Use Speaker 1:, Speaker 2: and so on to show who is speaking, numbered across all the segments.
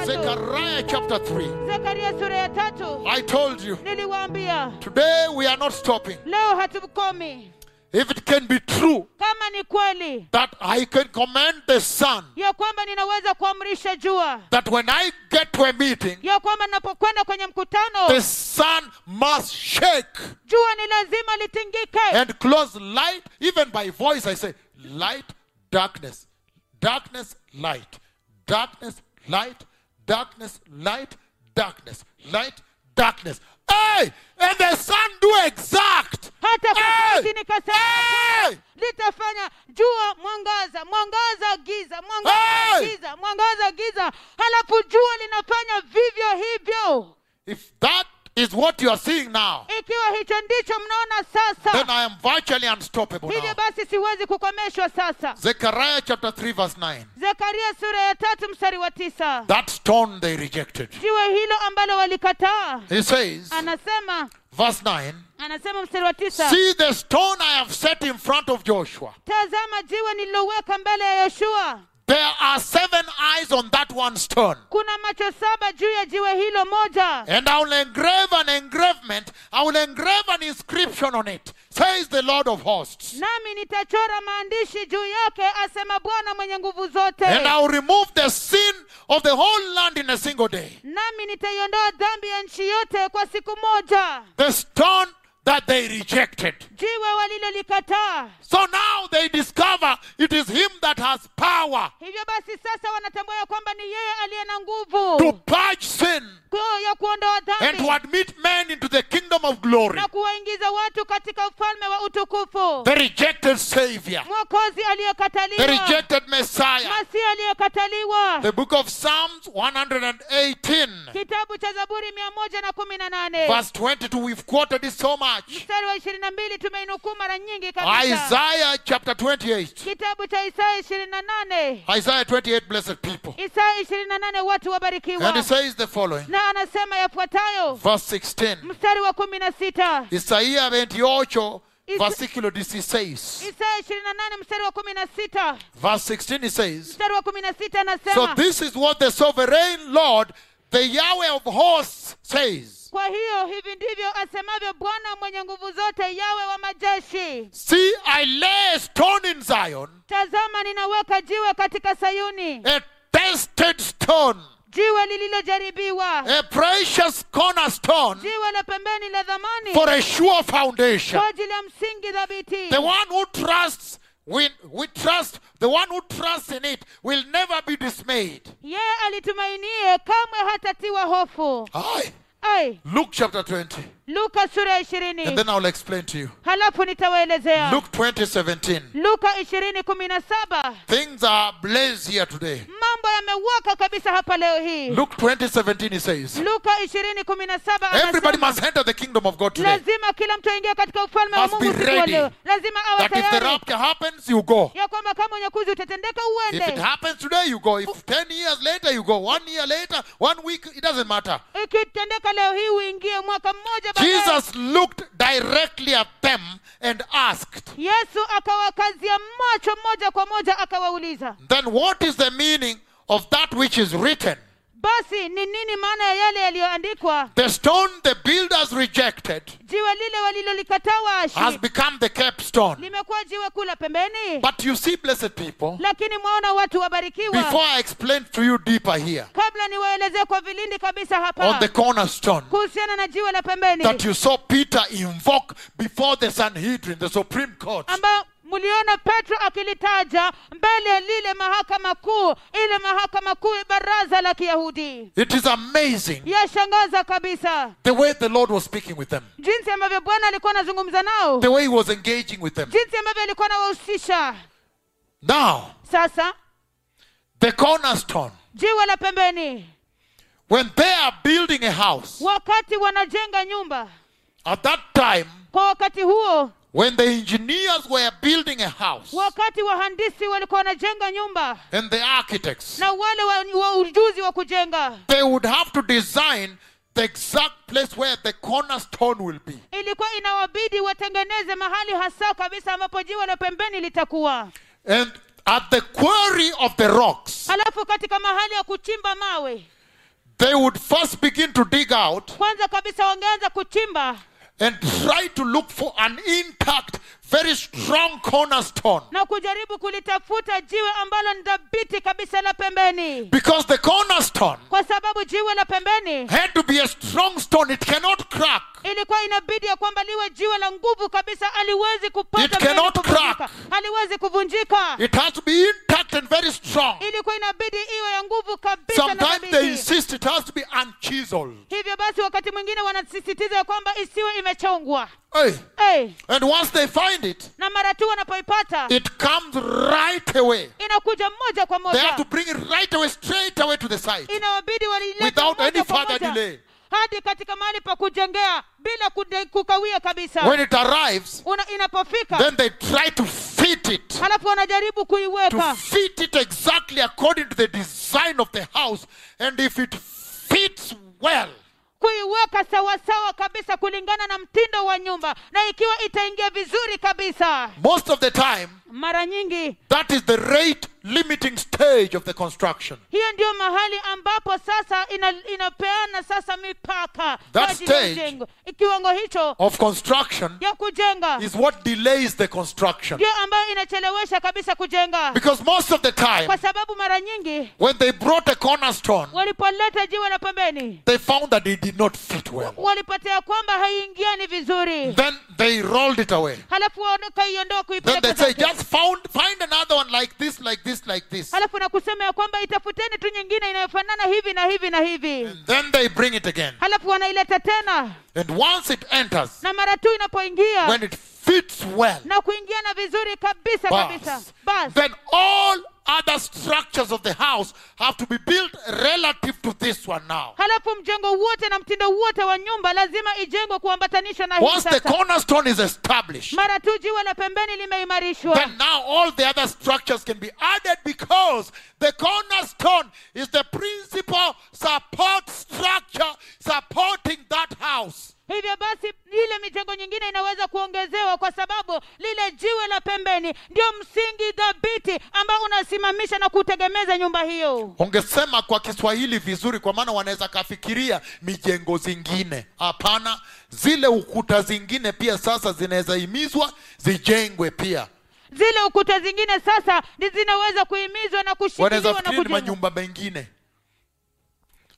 Speaker 1: Zechariah chapter 3.
Speaker 2: zekaria sura ya tatu
Speaker 1: I told you,
Speaker 2: niliwaambia
Speaker 1: today we are not stopping.
Speaker 2: leo hatukomi
Speaker 1: If it can be true
Speaker 2: kama ni kweli
Speaker 1: that I can command the sun,
Speaker 2: ya kwamba ninaweza kuamrisha jua
Speaker 1: that when I get to a meeting,
Speaker 2: ya kwamba ninapokwenda kwenye
Speaker 1: the
Speaker 2: mkutano
Speaker 1: sun must shake
Speaker 2: jua ni lazima litingike
Speaker 1: and close light. Even by voice, I say, light, darkness, darkness, light, darkness, light, darkness, light, darkness, light, darkness. Hey! And the sun do exact.
Speaker 2: hata kwa
Speaker 1: Hey!
Speaker 2: sauti nikasema
Speaker 1: Hey!
Speaker 2: litafanya jua mwangaza mwangaza giza mwangaza
Speaker 1: Hey!
Speaker 2: giza mwangaza giza halafu jua linafanya vivyo hivyo
Speaker 1: If that is what you are seeing now,
Speaker 2: ikiwa hicho ndicho mnaona
Speaker 1: then
Speaker 2: sasa
Speaker 1: I am virtually unstoppable now.
Speaker 2: hivyo basi siwezi kukomeshwa sasa
Speaker 1: Zechariah chapter 3, verse 9.
Speaker 2: zekaria sura ya tatu mstari wa tisa
Speaker 1: That stone they rejected.
Speaker 2: jiwe hilo ambalo walikataa
Speaker 1: He says,
Speaker 2: anasema
Speaker 1: verse 9
Speaker 2: anasema mstari wa tisa
Speaker 1: See the stone I have set in front of Joshua.
Speaker 2: tazama jiwe nililoweka mbele ya yoshua
Speaker 1: There are seven eyes on that one stone.
Speaker 2: kuna macho saba juu ya jiwe hilo moja
Speaker 1: And I will engrave an engravement, I will engrave an inscription on it, says the Lord of hosts.
Speaker 2: nami nitachora maandishi juu yake asema bwana mwenye nguvu zote
Speaker 1: And I will remove the sin of the whole land in a single day.
Speaker 2: nami nitaiondoa dhambi ya nchi yote kwa siku moja
Speaker 1: The stone that they rejected.
Speaker 2: jiwe walilolikataa
Speaker 1: So now they discover it is him that has power
Speaker 2: hivyo basi sasa wanatambua ya kwamba ni yeye aliye na
Speaker 1: to
Speaker 2: nguvu
Speaker 1: purge sin
Speaker 2: ku- ya kuondoa
Speaker 1: and to
Speaker 2: dhambi
Speaker 1: admit men into the kingdom of glory.
Speaker 2: na kuwaingiza watu katika ufalme wa utukufu
Speaker 1: The rejected Savior,
Speaker 2: mwokozi
Speaker 1: the
Speaker 2: aliyekataliwa
Speaker 1: rejected Messiah.
Speaker 2: masihi aliyekataliwa
Speaker 1: The book of Psalms 118,
Speaker 2: kitabu cha zaburi mia moja na kumi na nane
Speaker 1: verse 22. We've quoted it so much.
Speaker 2: mstari wa ishirini na mbili tumeinukuu mara nyingi kabisa
Speaker 1: Isaiah chapter 28.
Speaker 2: kitabu cha isaya ishirini na nane
Speaker 1: Isaiah 28, blessed people.
Speaker 2: isaya ishirini na nane watu
Speaker 1: And it
Speaker 2: wabarikiwa
Speaker 1: says the following,
Speaker 2: na anasema yafuatayo
Speaker 1: verse 16.
Speaker 2: mstari wa kumi na sita
Speaker 1: Isaías 28,
Speaker 2: Is-
Speaker 1: versículo 16.
Speaker 2: isaya ishirini na nane mstari wa kumi na sita
Speaker 1: Verse 16, it says,
Speaker 2: mstari wa kumi na sita
Speaker 1: So
Speaker 2: anasema
Speaker 1: this is what the sovereign Lord, the Yahweh of hosts, says.
Speaker 2: kwa hiyo hivi ndivyo asemavyo bwana mwenye nguvu zote yawe wa majeshi
Speaker 1: See, I lay a stone in Zion,
Speaker 2: tazama ninaweka jiwe katika sayuni
Speaker 1: a tested stone,
Speaker 2: jiwe lililojaribiwa
Speaker 1: a precious cornerstone
Speaker 2: jiwe la pembeni la dhamani
Speaker 1: for a sure foundation.
Speaker 2: kwa ajili ya msingi dhabiti
Speaker 1: The one who trusts, we, we trust, the one who trusts in it will never be dismayed.
Speaker 2: yeye alitumainie kamwe hatatiwa hofu
Speaker 1: Aye.
Speaker 2: ai
Speaker 1: Luke chapter 20,
Speaker 2: luka sura ya ishirini
Speaker 1: and then I'll explain to you.
Speaker 2: halafu nitawaelezea
Speaker 1: Luke 20, 17.
Speaker 2: luka ishirini kumi na saba
Speaker 1: Things are ablaze here today.
Speaker 2: mambo yamewaka kabisa hapa leo hii
Speaker 1: Luke 20, 17, it says.
Speaker 2: luka ishirini kumi na saba
Speaker 1: Everybody
Speaker 2: anasema
Speaker 1: must enter the kingdom of God today.
Speaker 2: lazima kila mtu aingie katika ufalme wa
Speaker 1: Must be
Speaker 2: mungu siku ya
Speaker 1: ready.
Speaker 2: leo lazima awe
Speaker 1: That if the
Speaker 2: tayari
Speaker 1: rapture happens, you go.
Speaker 2: ya kwamba kama unyakuzi utatendeka
Speaker 1: If it
Speaker 2: uende
Speaker 1: happens today, you go. If 10 years later, you go. One year later, one week, it doesn't matter.
Speaker 2: ikitendeka leo hii uingie mwaka mmoja baadaye
Speaker 1: Jesus looked directly at them and asked,
Speaker 2: yesu akawakazia macho moja kwa moja akawauliza
Speaker 1: Then what is the meaning of that which is written?
Speaker 2: basi ni nini maana ya yale yaliyoandikwa
Speaker 1: The stone the builders rejected
Speaker 2: jiwe lile walilolikataa
Speaker 1: has
Speaker 2: waashi
Speaker 1: become the capstone.
Speaker 2: limekuwa jiwe kula pembeni
Speaker 1: But you see, blessed people,
Speaker 2: lakini mwaona watu wabarikiwa
Speaker 1: before I explain to you deeper here,
Speaker 2: kabla niwaelezee kwa vilindi kabisa
Speaker 1: on the
Speaker 2: hapa
Speaker 1: cornerstone,
Speaker 2: kuhusiana na jiwe la pembeni
Speaker 1: that you saw Peter invoke before the Sanhedrin, the Supreme Court.
Speaker 2: ambayo mliona petro akilitaja mbele ya lile mahakama kuu ile mahakama kuu baraza la kiyahudi
Speaker 1: It is amazing
Speaker 2: yashangaza kabisa
Speaker 1: the way the Lord was speaking with them,
Speaker 2: jinsi ambavyo bwana alikuwa anazungumza nao
Speaker 1: the way He was engaging with them.
Speaker 2: jinsi ambavyo alikuwa anawahusisha
Speaker 1: Now,
Speaker 2: sasa
Speaker 1: the cornerstone,
Speaker 2: jiwe la pembeni
Speaker 1: when they are building a house,
Speaker 2: wakati wanajenga nyumba
Speaker 1: at that time,
Speaker 2: kwa wakati huo
Speaker 1: when the engineers were building a house
Speaker 2: wakati wahandisi walikuwa wanajenga nyumba
Speaker 1: and the architects,
Speaker 2: na wale wa, wa ujuzi wa kujenga
Speaker 1: they would have to design the exact place where the cornerstone will be.
Speaker 2: ilikuwa inawabidi watengeneze mahali hasa kabisa ambapo jiwe la pembeni litakuwa
Speaker 1: And at the quarry of the rocks,
Speaker 2: halafu katika mahali ya kuchimba mawe
Speaker 1: they would first begin to dig out
Speaker 2: kwanza kabisa wangeanza kuchimba
Speaker 1: and try to look for an intact, very strong cornerstone.
Speaker 2: na kujaribu kulitafuta jiwe ambalo ni dhabiti kabisa la pembeni
Speaker 1: Because the cornerstone
Speaker 2: kwa sababu jiwe la pembeni
Speaker 1: had to be a strong stone, it cannot crack.
Speaker 2: ilikuwa inabidi ya kwamba liwe jiwe la nguvu kabisa aliwezi
Speaker 1: It
Speaker 2: kupata
Speaker 1: cannot crack.
Speaker 2: aliwezi kuvunjika
Speaker 1: It has to be intact and very strong.
Speaker 2: ilikuwa inabidi iwe ya nguvu kabisa na
Speaker 1: Sometimes they
Speaker 2: dhabiti
Speaker 1: insist it has to be unchiseled.
Speaker 2: hivyo basi wakati mwingine wanasisitiza ya kwamba isiwe imechongwa
Speaker 1: Hey.
Speaker 2: hey,
Speaker 1: And once they find it,
Speaker 2: na mara tu wanapoipata
Speaker 1: it comes right away.
Speaker 2: inakuja moja kwa
Speaker 1: They have to
Speaker 2: moja
Speaker 1: bring it right away, straight away to the site.
Speaker 2: inawabidi walilete
Speaker 1: Without
Speaker 2: moja
Speaker 1: any
Speaker 2: kwa
Speaker 1: further
Speaker 2: moja
Speaker 1: delay.
Speaker 2: hadi katika mahali pa kujengea bila kude- kukawia kabisa
Speaker 1: When it arrives,
Speaker 2: Una, inapofika
Speaker 1: then they try to fit it.
Speaker 2: halafu wanajaribu
Speaker 1: to
Speaker 2: kuiweka
Speaker 1: fit it exactly according to the design of the house. And if it fits well,
Speaker 2: kuiweka sawasawa kabisa kulingana na mtindo wa nyumba na ikiwa itaingia vizuri kabisa
Speaker 1: most of the time,
Speaker 2: mara nyingi
Speaker 1: that is the rate limiting stage of the construction.
Speaker 2: hiyo ndio mahali ambapo sasa ina, inapeana sasa mipaka kwa
Speaker 1: That
Speaker 2: ajili ya
Speaker 1: stage-
Speaker 2: mjengo kiwango hicho
Speaker 1: Of construction
Speaker 2: ya kujenga
Speaker 1: is what delays the construction.
Speaker 2: ndio ambayo inachelewesha kabisa kujenga
Speaker 1: Because most of the time,
Speaker 2: kwa sababu mara nyingi
Speaker 1: when they brought a cornerstone,
Speaker 2: walipoleta jiwe la pembeni
Speaker 1: they found that it did not fit well.
Speaker 2: walipatia kwamba haiingiani vizuri
Speaker 1: Then they rolled it away.
Speaker 2: halafu wakaiondoa
Speaker 1: Then they
Speaker 2: kuipeleka
Speaker 1: say,
Speaker 2: kwake.
Speaker 1: just found, find another one like this, like this, like this.
Speaker 2: halafu na kusema ya kwamba itafuteni tu nyingine inayofanana hivi na hivi na hivi
Speaker 1: And then they bring it again.
Speaker 2: halafu wanaileta tena
Speaker 1: And once it enters,
Speaker 2: na mara tu inapoingia
Speaker 1: when it fits well,
Speaker 2: na kuingiana vizuri kabisa kabisa
Speaker 1: Bus.
Speaker 2: basi
Speaker 1: Then all other structures of the house have to be built relative to this one now.
Speaker 2: halafu mjengo wote na mtindo wote wa nyumba lazima ijengwe kuambatanishwa na hii
Speaker 1: Once the
Speaker 2: sasa
Speaker 1: cornerstone is established,
Speaker 2: mara tu jiwe la pembeni limeimarishwa
Speaker 1: then now all the other structures can be added because the cornerstone is the principal support structure supporting that house.
Speaker 2: hivyo basi ile mijengo nyingine inaweza kuongezewa kwa sababu lile jiwe la pembeni ndio msingi dhabiti ambao unasimamisha na kutegemeza nyumba hiyo
Speaker 1: ungesema kwa kiswahili vizuri kwa maana wanaweza kafikiria mijengo zingine hapana zile ukuta zingine pia sasa zinaweza himizwa zijengwe pia
Speaker 2: zile ukuta zingine sasa ndi zinaweza kuhimizwa na
Speaker 1: wanaweza
Speaker 2: kushikiliwa na
Speaker 1: fikiri ni
Speaker 2: kujengwa
Speaker 1: manyumba mengine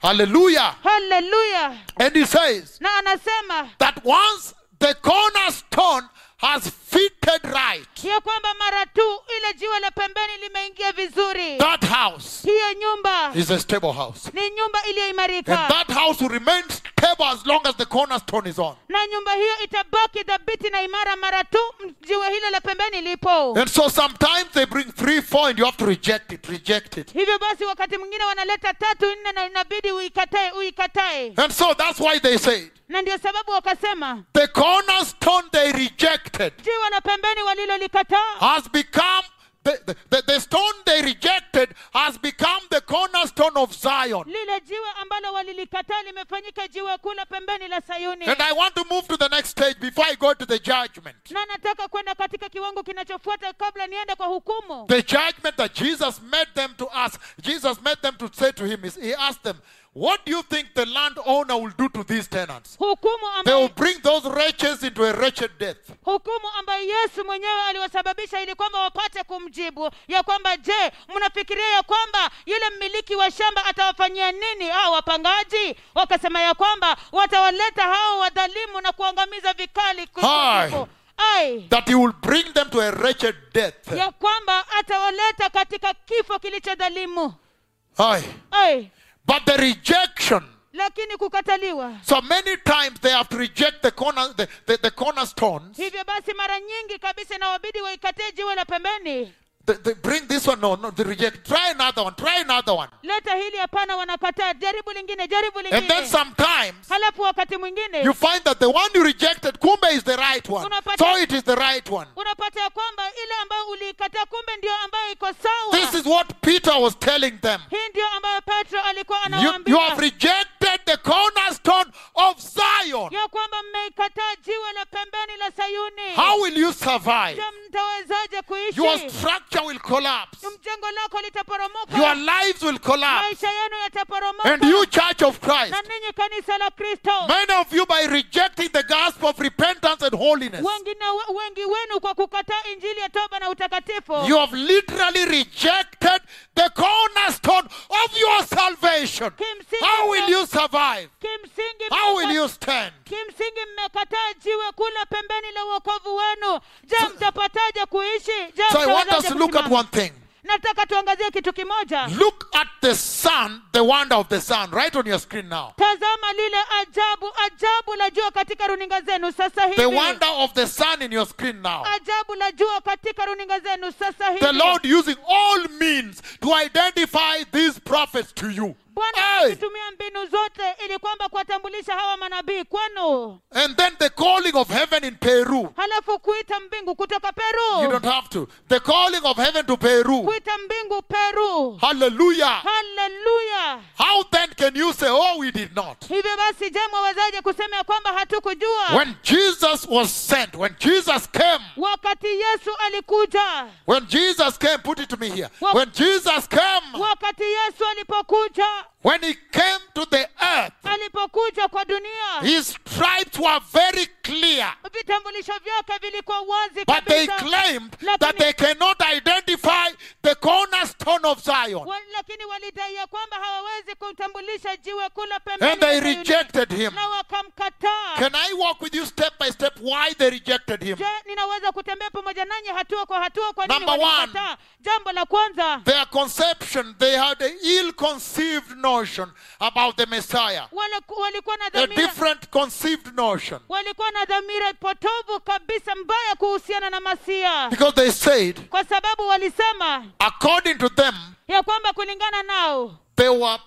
Speaker 1: haleluya
Speaker 2: haleluya
Speaker 1: and he says
Speaker 2: na anasema
Speaker 1: that once the cornerstone has fitted right
Speaker 2: ya kwamba mara tu ile jiwe la pembeni limeingia vizuri
Speaker 1: that house
Speaker 2: hiyo nyumba
Speaker 1: is a stable house
Speaker 2: ni nyumba
Speaker 1: and
Speaker 2: iliyoimarika
Speaker 1: that house will remain stable as long as the cornerstone is on
Speaker 2: na nyumba hiyo itabaki dhabiti na imara mara tu m- jiwe hilo la pembeni lipo
Speaker 1: and so sometimes they bring three four and you have to reject it reject it
Speaker 2: hivyo basi wakati mwingine wanaleta tatu nne na inabidi uikatae uikatae
Speaker 1: and so that's why they said
Speaker 2: na ndio sababu wakasema
Speaker 1: the cornerstone they rejected
Speaker 2: jiwe la pembeni walilolikataa
Speaker 1: has become the, the, the, the stone they rejected has become the cornerstone of zion
Speaker 2: lile jiwe ambalo walilikataa limefanyika jiwe kuu la pembeni la sayuni
Speaker 1: And I want to move to the next stage before I go to the judgment.
Speaker 2: na nataka kwenda katika kiwango kinachofuata kabla niende kwa hukumu
Speaker 1: The judgment that Jesus made them to ask. Jesus made them to say to him is he asked them, What do you think the landowner will do to these tenants?
Speaker 2: hukumu
Speaker 1: They will
Speaker 2: ambayo
Speaker 1: bring those wretches into a wretched death.
Speaker 2: hukumu ambayo yesu mwenyewe aliwasababisha ili kwamba wapate kumjibu ya kwamba je mnafikiria ya kwamba yule mmiliki wa shamba atawafanyia nini hao wapangaji wakasema ya kwamba watawaleta hao wadhalimu na kuangamiza vikali kusiku
Speaker 1: Hai.
Speaker 2: huko. ai
Speaker 1: That he will bring them to a wretched death.
Speaker 2: ya kwamba atawaleta katika kifo kilichodhalimu
Speaker 1: Aye.
Speaker 2: ai
Speaker 1: But the rejection.
Speaker 2: lakini kukataliwa
Speaker 1: So many times they have to reject the corner the, the, the cornerstones.
Speaker 2: hivyo basi mara nyingi kabisa inawabidi waikatee jiwe la pembeni
Speaker 1: They, they bring this one, no, no, they reject. Try another one, try another one.
Speaker 2: leta hili hapana wanakataa jaribu lingine jaribu
Speaker 1: And then
Speaker 2: lingine
Speaker 1: sometimes
Speaker 2: halafu wakati mwingine
Speaker 1: you find that the one you rejected, kumbe is the right one.
Speaker 2: Unapata-
Speaker 1: So it is the right one.
Speaker 2: unapata ya kwamba ile ambayo uliikataa kumbe ndio ambayo iko
Speaker 1: This
Speaker 2: sawa
Speaker 1: is what Peter was telling them.
Speaker 2: hii ndio ambayo petro alikuwa
Speaker 1: You, you have
Speaker 2: anawaambia
Speaker 1: rejected the cornerstone of Zion.
Speaker 2: ya kwamba mmeikataa jiwe la pembeni la sayuni
Speaker 1: How will you survive?
Speaker 2: Je, mta- utawezaje kuishi
Speaker 1: Your structure will collapse.
Speaker 2: mjengo lako litaporomoka
Speaker 1: Your lives will collapse.
Speaker 2: maisha yenu yataporomoka
Speaker 1: And you, Church of Christ,
Speaker 2: na ninyi kanisa la kristo
Speaker 1: many of you, by rejecting the gospel of repentance and holiness,
Speaker 2: wengi na we- wengi wenu kwa kukataa injili ya toba na utakatifu
Speaker 1: you have literally rejected the cornerstone of your salvation.
Speaker 2: Kimsingi
Speaker 1: How will
Speaker 2: mme-
Speaker 1: you survive?
Speaker 2: kimsingi
Speaker 1: How
Speaker 2: mmeka-
Speaker 1: will you stand?
Speaker 2: kimsingi mmekataa jiwe kula pembeni la uokovu wenu je mtapataje kuishi je
Speaker 1: So I want us
Speaker 2: mtawezaje
Speaker 1: to look at
Speaker 2: kusimama?
Speaker 1: one thing.
Speaker 2: nataka tuangazie kitu kimoja
Speaker 1: Look at the sun, the wonder of the sun, right on your screen now.
Speaker 2: tazama lile ajabu ajabu la jua katika runinga zenu sasa hivi
Speaker 1: The wonder of the sun in your screen now.
Speaker 2: ajabu la jua katika runinga zenu sasa hivi
Speaker 1: The Lord using all means to identify these prophets to you.
Speaker 2: bwana
Speaker 1: Hey!
Speaker 2: akitumia mbinu zote ili kwamba kuwatambulisha hawa manabii kwenu
Speaker 1: And then the calling of heaven in Peru.
Speaker 2: halafu kuita mbingu kutoka
Speaker 1: You
Speaker 2: peru
Speaker 1: don't have to. The calling of heaven to Peru.
Speaker 2: kuita mbingu peru
Speaker 1: Hallelujah.
Speaker 2: haleluya
Speaker 1: How then can you say, Oh, we did not?
Speaker 2: hivyo basi je mwawezaje kusema ya kwamba hatukujua
Speaker 1: When Jesus was sent, when Jesus came,
Speaker 2: wakati yesu alikuja
Speaker 1: when Jesus came, put it to me here. When Jesus came,
Speaker 2: wakati yesu alipokuja
Speaker 1: when he came to the earth,
Speaker 2: alipokuja kwa dunia
Speaker 1: his stripes were very clear.
Speaker 2: vitambulisho vyake vilikuwa wazi
Speaker 1: But they
Speaker 2: kabisa.
Speaker 1: claimed
Speaker 2: Lakini-
Speaker 1: that they cannot identify the cornerstone of Zion.
Speaker 2: Wa- lakini walidaia kwamba hawawezi kutambulisha jiwe kula
Speaker 1: And
Speaker 2: pembeni
Speaker 1: they
Speaker 2: la Sayuni.
Speaker 1: rejected him.
Speaker 2: na wakamkataa
Speaker 1: Can I walk with you step by step why they rejected him?
Speaker 2: je ninaweza kutembea pamoja nanyi hatua kwa hatua kwa nini
Speaker 1: Number one.
Speaker 2: walimkataa jambo la kwanza
Speaker 1: Their conception, they had an ill conceived notion about the Messiah,
Speaker 2: wala- walikuwa na
Speaker 1: a
Speaker 2: dhamira
Speaker 1: different conceived notion.
Speaker 2: walikuwa na dhamira potovu kabisa mbaya kuhusiana na masia
Speaker 1: Because they said,
Speaker 2: kwa sababu walisema
Speaker 1: according to them,
Speaker 2: ya kwamba kulingana nao
Speaker 1: they were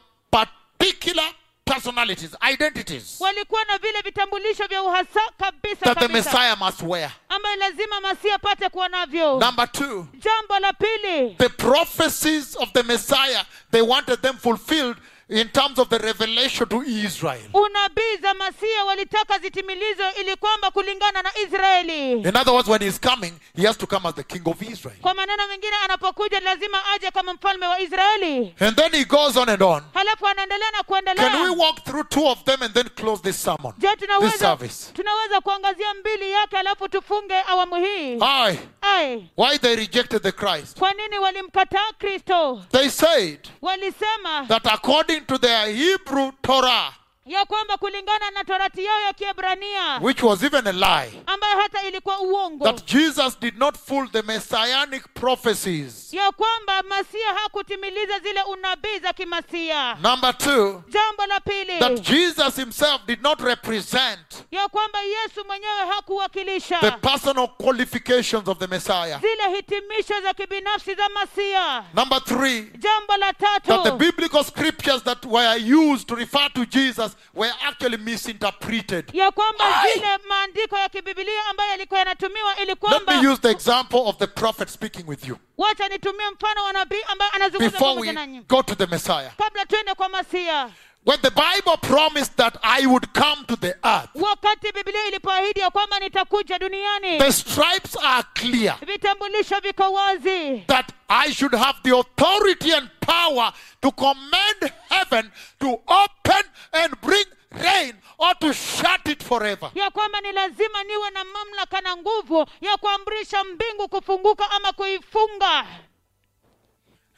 Speaker 1: particular personalities, identities
Speaker 2: walikuwa na vile vitambulisho vya uhasa kabisa,
Speaker 1: that the
Speaker 2: kabisa
Speaker 1: Messiah must wear.
Speaker 2: ambayo lazima masia apate kuwa navyo
Speaker 1: Number two,
Speaker 2: jambo la pili
Speaker 1: the prophecies of the Messiah, they wanted them fulfilled in terms of the revelation to Israel.
Speaker 2: unabii za masia walitaka zitimilizwe ili kwamba kulingana na israeli
Speaker 1: In other words, when he's coming, he has to come as the king of Israel.
Speaker 2: kwa maneno mengine anapokuja lazima aje kama mfalme wa israeli
Speaker 1: And then he goes on and on.
Speaker 2: halafu anaendelea na
Speaker 1: Can we
Speaker 2: kuendelea
Speaker 1: walk through two of them and then close this sermon?
Speaker 2: je tunaweza
Speaker 1: service.
Speaker 2: tunaweza kuangazia mbili yake halafu tufunge awamu hii
Speaker 1: Aye.
Speaker 2: ai
Speaker 1: Why they rejected the Christ?
Speaker 2: kwa nini walimkataa kristo
Speaker 1: They said
Speaker 2: walisema
Speaker 1: that according to their Hebrew Torah,
Speaker 2: ya kwamba kulingana na torati yao ya kiebrania
Speaker 1: which was even a lie,
Speaker 2: ambayo hata ilikuwa uongo
Speaker 1: that Jesus did not fulfill the messianic prophecies.
Speaker 2: ya kwamba masia hakutimiliza zile unabii za kimasia
Speaker 1: Number two,
Speaker 2: jambo la pili
Speaker 1: that Jesus himself did not represent
Speaker 2: ya kwamba yesu mwenyewe
Speaker 1: the
Speaker 2: hakuwakilisha
Speaker 1: personal qualifications of the Messiah.
Speaker 2: zile hitimisho za kibinafsi za masia
Speaker 1: Number three,
Speaker 2: jambo la
Speaker 1: that the
Speaker 2: tatu
Speaker 1: biblical scriptures that were used to refer to Jesus were actually misinterpreted.
Speaker 2: ya kwamba
Speaker 1: Ai!
Speaker 2: zile maandiko ya kibibilia ambayo yalikuwa yanatumiwa ili
Speaker 1: Let me
Speaker 2: kwamba
Speaker 1: use the example of the prophet speaking with you
Speaker 2: wacha nitumie mfano wa nabii ambaye anazungumza
Speaker 1: before
Speaker 2: pamoja
Speaker 1: we
Speaker 2: nanyi
Speaker 1: go to the Messiah.
Speaker 2: kabla twende kwa masia
Speaker 1: When the Bible promised that I would come to the earth,
Speaker 2: wakati bibilia ilipoahidi ya kwamba nitakuja duniani
Speaker 1: the stripes are clear
Speaker 2: vitambulisho viko wazi
Speaker 1: that I should have the authority and power to command heaven to open and bring rain or to shut it forever.
Speaker 2: ya kwamba ni lazima niwe na mamlaka na nguvu ya kuamrisha mbingu kufunguka ama kuifunga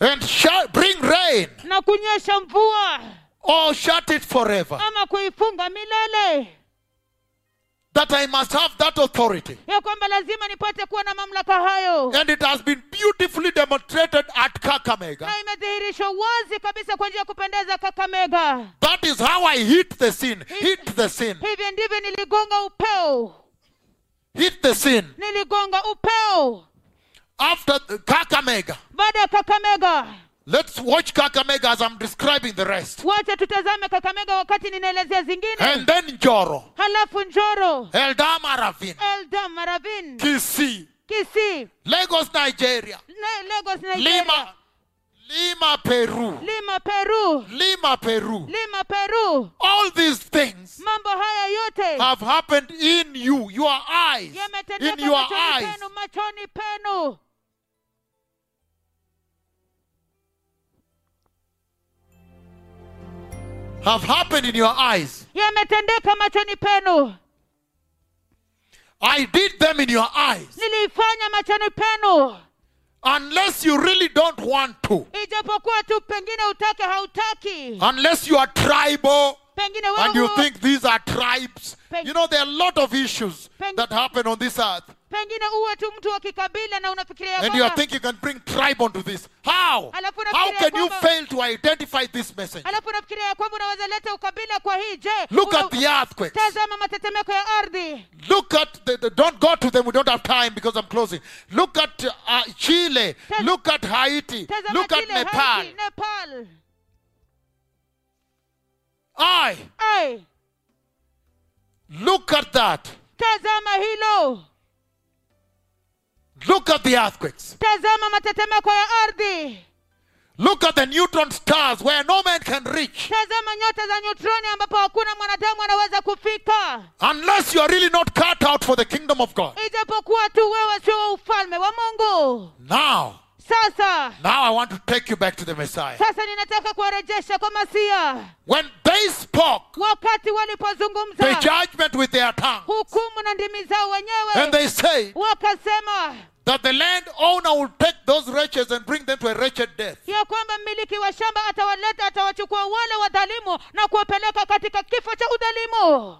Speaker 1: And shall bring rain
Speaker 2: na kunyesha mvua
Speaker 1: or shut it forever.
Speaker 2: ama kuifunga milele
Speaker 1: That I must have that authority.
Speaker 2: ya kwamba lazima nipate kuwa na mamlaka hayo
Speaker 1: And it has been beautifully demonstrated at Kakamega.
Speaker 2: na imedhihirishwa wazi kabisa kwa njia ya kupendeza kakamega
Speaker 1: That is how I hit the sin. Hit the sin.
Speaker 2: hivyo ndivyo niligonga upeo
Speaker 1: Hit the sin.
Speaker 2: niligonga upeo
Speaker 1: After the Kakamega.
Speaker 2: baada ya kakamega
Speaker 1: Let's watch Kakamega as I'm describing the rest.
Speaker 2: wacha tutazame kakamega wakati ninaelezea
Speaker 1: And
Speaker 2: zingine
Speaker 1: then Joro.
Speaker 2: halafu njoro
Speaker 1: Eldama Ravine.
Speaker 2: elda maravin
Speaker 1: Kisi.
Speaker 2: kisii
Speaker 1: Lagos, Nigeria.
Speaker 2: Na- Lagos, Nigeria.
Speaker 1: Lima. Lima, Peru.
Speaker 2: lima peru
Speaker 1: Lima, Peru.
Speaker 2: lima peru
Speaker 1: All these things
Speaker 2: mambo haya yote
Speaker 1: have happened in you, your eyes. In
Speaker 2: yametendeka
Speaker 1: your
Speaker 2: machoni
Speaker 1: eyes.
Speaker 2: penu machoni penu
Speaker 1: Have happened in your eyes.
Speaker 2: yametendeka machoni penu
Speaker 1: I did them in your eyes.
Speaker 2: niliifanya machoni penu
Speaker 1: Unless you really don't want to.
Speaker 2: ijapokuwa tu pengine utake hautaki
Speaker 1: Unless you are tribal
Speaker 2: pengine
Speaker 1: and you
Speaker 2: wewe
Speaker 1: think these are tribes.
Speaker 2: Thank-
Speaker 1: You know, there are a lot of issues
Speaker 2: Thank-
Speaker 1: that happen on this earth.
Speaker 2: pengine uwe tu mtu wa kikabila na unafikiria ya
Speaker 1: And you are
Speaker 2: kwamba-
Speaker 1: thinking you can bring tribe onto this. How?
Speaker 2: Alafu
Speaker 1: How
Speaker 2: nafikiria
Speaker 1: can you
Speaker 2: kwamba-
Speaker 1: fail to identify this message?
Speaker 2: alafu nafikiria ya kwamba unaweza leta ukabila kwa hii je
Speaker 1: Look
Speaker 2: una-
Speaker 1: at the earthquakes.
Speaker 2: tazama matetemeko ya ardhi
Speaker 1: Look at the, the- don't go to them. We don't have time because I'm closing. Look at uh, Chile.
Speaker 2: Taz-
Speaker 1: Look at Haiti.
Speaker 2: tazama
Speaker 1: Look at
Speaker 2: Chile, Haiti,
Speaker 1: Nepal.
Speaker 2: nepal
Speaker 1: I
Speaker 2: Ai,
Speaker 1: look at that.
Speaker 2: tazama hilo
Speaker 1: Look at the earthquakes.
Speaker 2: tazama matetemeko ya ardhi
Speaker 1: Look at the neutron stars where no man can reach
Speaker 2: tazama nyota za nyutroni ambapo hakuna mwanadamu anaweza kufika
Speaker 1: unless you are really not cut out for the kingdom of God.
Speaker 2: ijapokuwa tu wewe sio wa ufalme wa mungu
Speaker 1: Now,
Speaker 2: sasa
Speaker 1: now I want to take you back to the Messiah.
Speaker 2: sasa ninataka kuwarejesha kwa masia
Speaker 1: When they spoke
Speaker 2: wakati
Speaker 1: the
Speaker 2: walipozungumza
Speaker 1: judgment with their tongue,
Speaker 2: hukumu na ndimi zao
Speaker 1: and
Speaker 2: wenyewe
Speaker 1: they say
Speaker 2: wakasema
Speaker 1: that the landowner will take those wretches and bring them to a wretched death.
Speaker 2: ya kwamba mmiliki wa shamba atawaleta atawachukua wale wadhalimu na kuwapeleka katika kifo cha udhalimu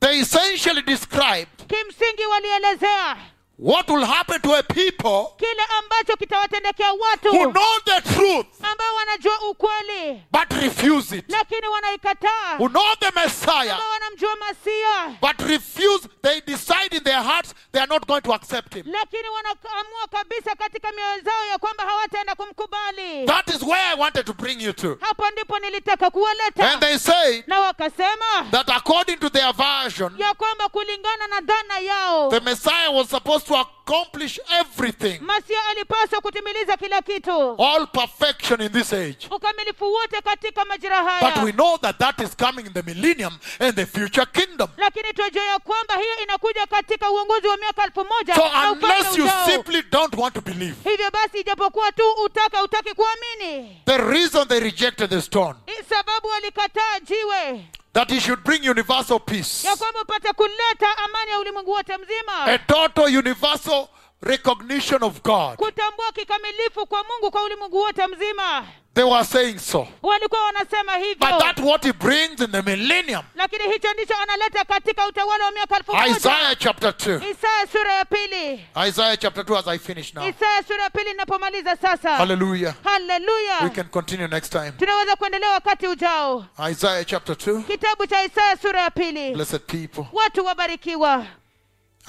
Speaker 1: They essentially described
Speaker 2: kimsingi walielezea
Speaker 1: what will happen to a people
Speaker 2: kile ambacho kitawatendekea
Speaker 1: who
Speaker 2: watu
Speaker 1: know the truth
Speaker 2: ambao wanajua ukweli
Speaker 1: but refuse it,
Speaker 2: lakini wanaikataa
Speaker 1: who know the Messiah
Speaker 2: ambao wanamjua masia
Speaker 1: but refuse, they decide in their hearts they are not going to accept him.
Speaker 2: lakini wanaamua kabisa katika mioyo zao ya kwamba hawataenda kumkubali
Speaker 1: That is where I wanted to bring you to.
Speaker 2: hapo ndipo nilitaka
Speaker 1: And
Speaker 2: kuwaleta
Speaker 1: they say
Speaker 2: na wakasema
Speaker 1: that according to their version,
Speaker 2: ya kwamba kulingana na dhana yao
Speaker 1: the Messiah was supposed to accomplish everything,
Speaker 2: masia alipaswa kutimiliza kila kitu
Speaker 1: all perfection in this age.
Speaker 2: ukamilifu wote katika majira
Speaker 1: But we
Speaker 2: haya
Speaker 1: know that that is coming in the millennium and the future kingdom.
Speaker 2: lakini twajua ya kwamba hiyo inakuja katika uongozi wa miaka elfu moja
Speaker 1: So
Speaker 2: na ufalme
Speaker 1: unless you
Speaker 2: ujao
Speaker 1: simply don't want to believe,
Speaker 2: hivyo basi ijapokuwa tu utaka utaki kuamini
Speaker 1: the reason they rejected the stone,
Speaker 2: Hii sababu walikataa jiwe
Speaker 1: that he should bring universal peace,
Speaker 2: ya kwamba upate kuleta amani ya ulimwengu wote mzima
Speaker 1: a total universal recognition of God.
Speaker 2: kutambua kikamilifu kwa mungu kwa ulimwengu wote mzima
Speaker 1: They were saying so.
Speaker 2: walikuwa wanasema
Speaker 1: But
Speaker 2: hivyo
Speaker 1: that what he brings in the millennium.
Speaker 2: lakini hicho ndicho analeta katika utawala wa miaka elfu moja
Speaker 1: Isaiah chapter 2.
Speaker 2: isaya sura ya pili
Speaker 1: Isaiah chapter 2 as I finish now.
Speaker 2: isaya sura ya pili inapomaliza sasa
Speaker 1: Hallelujah. We
Speaker 2: haleluya
Speaker 1: can continue next time.
Speaker 2: tunaweza kuendelea wakati ujao
Speaker 1: Isaiah chapter 2.
Speaker 2: kitabu cha isaya sura ya pili
Speaker 1: Blessed people.
Speaker 2: watu wabarikiwa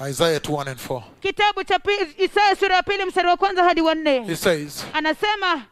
Speaker 1: Isaiah 2 1 and 4.
Speaker 2: kitabu cha pi- isaya sura ya pili mstari wa kwanza hadi wa
Speaker 1: He
Speaker 2: nne
Speaker 1: says,
Speaker 2: anasema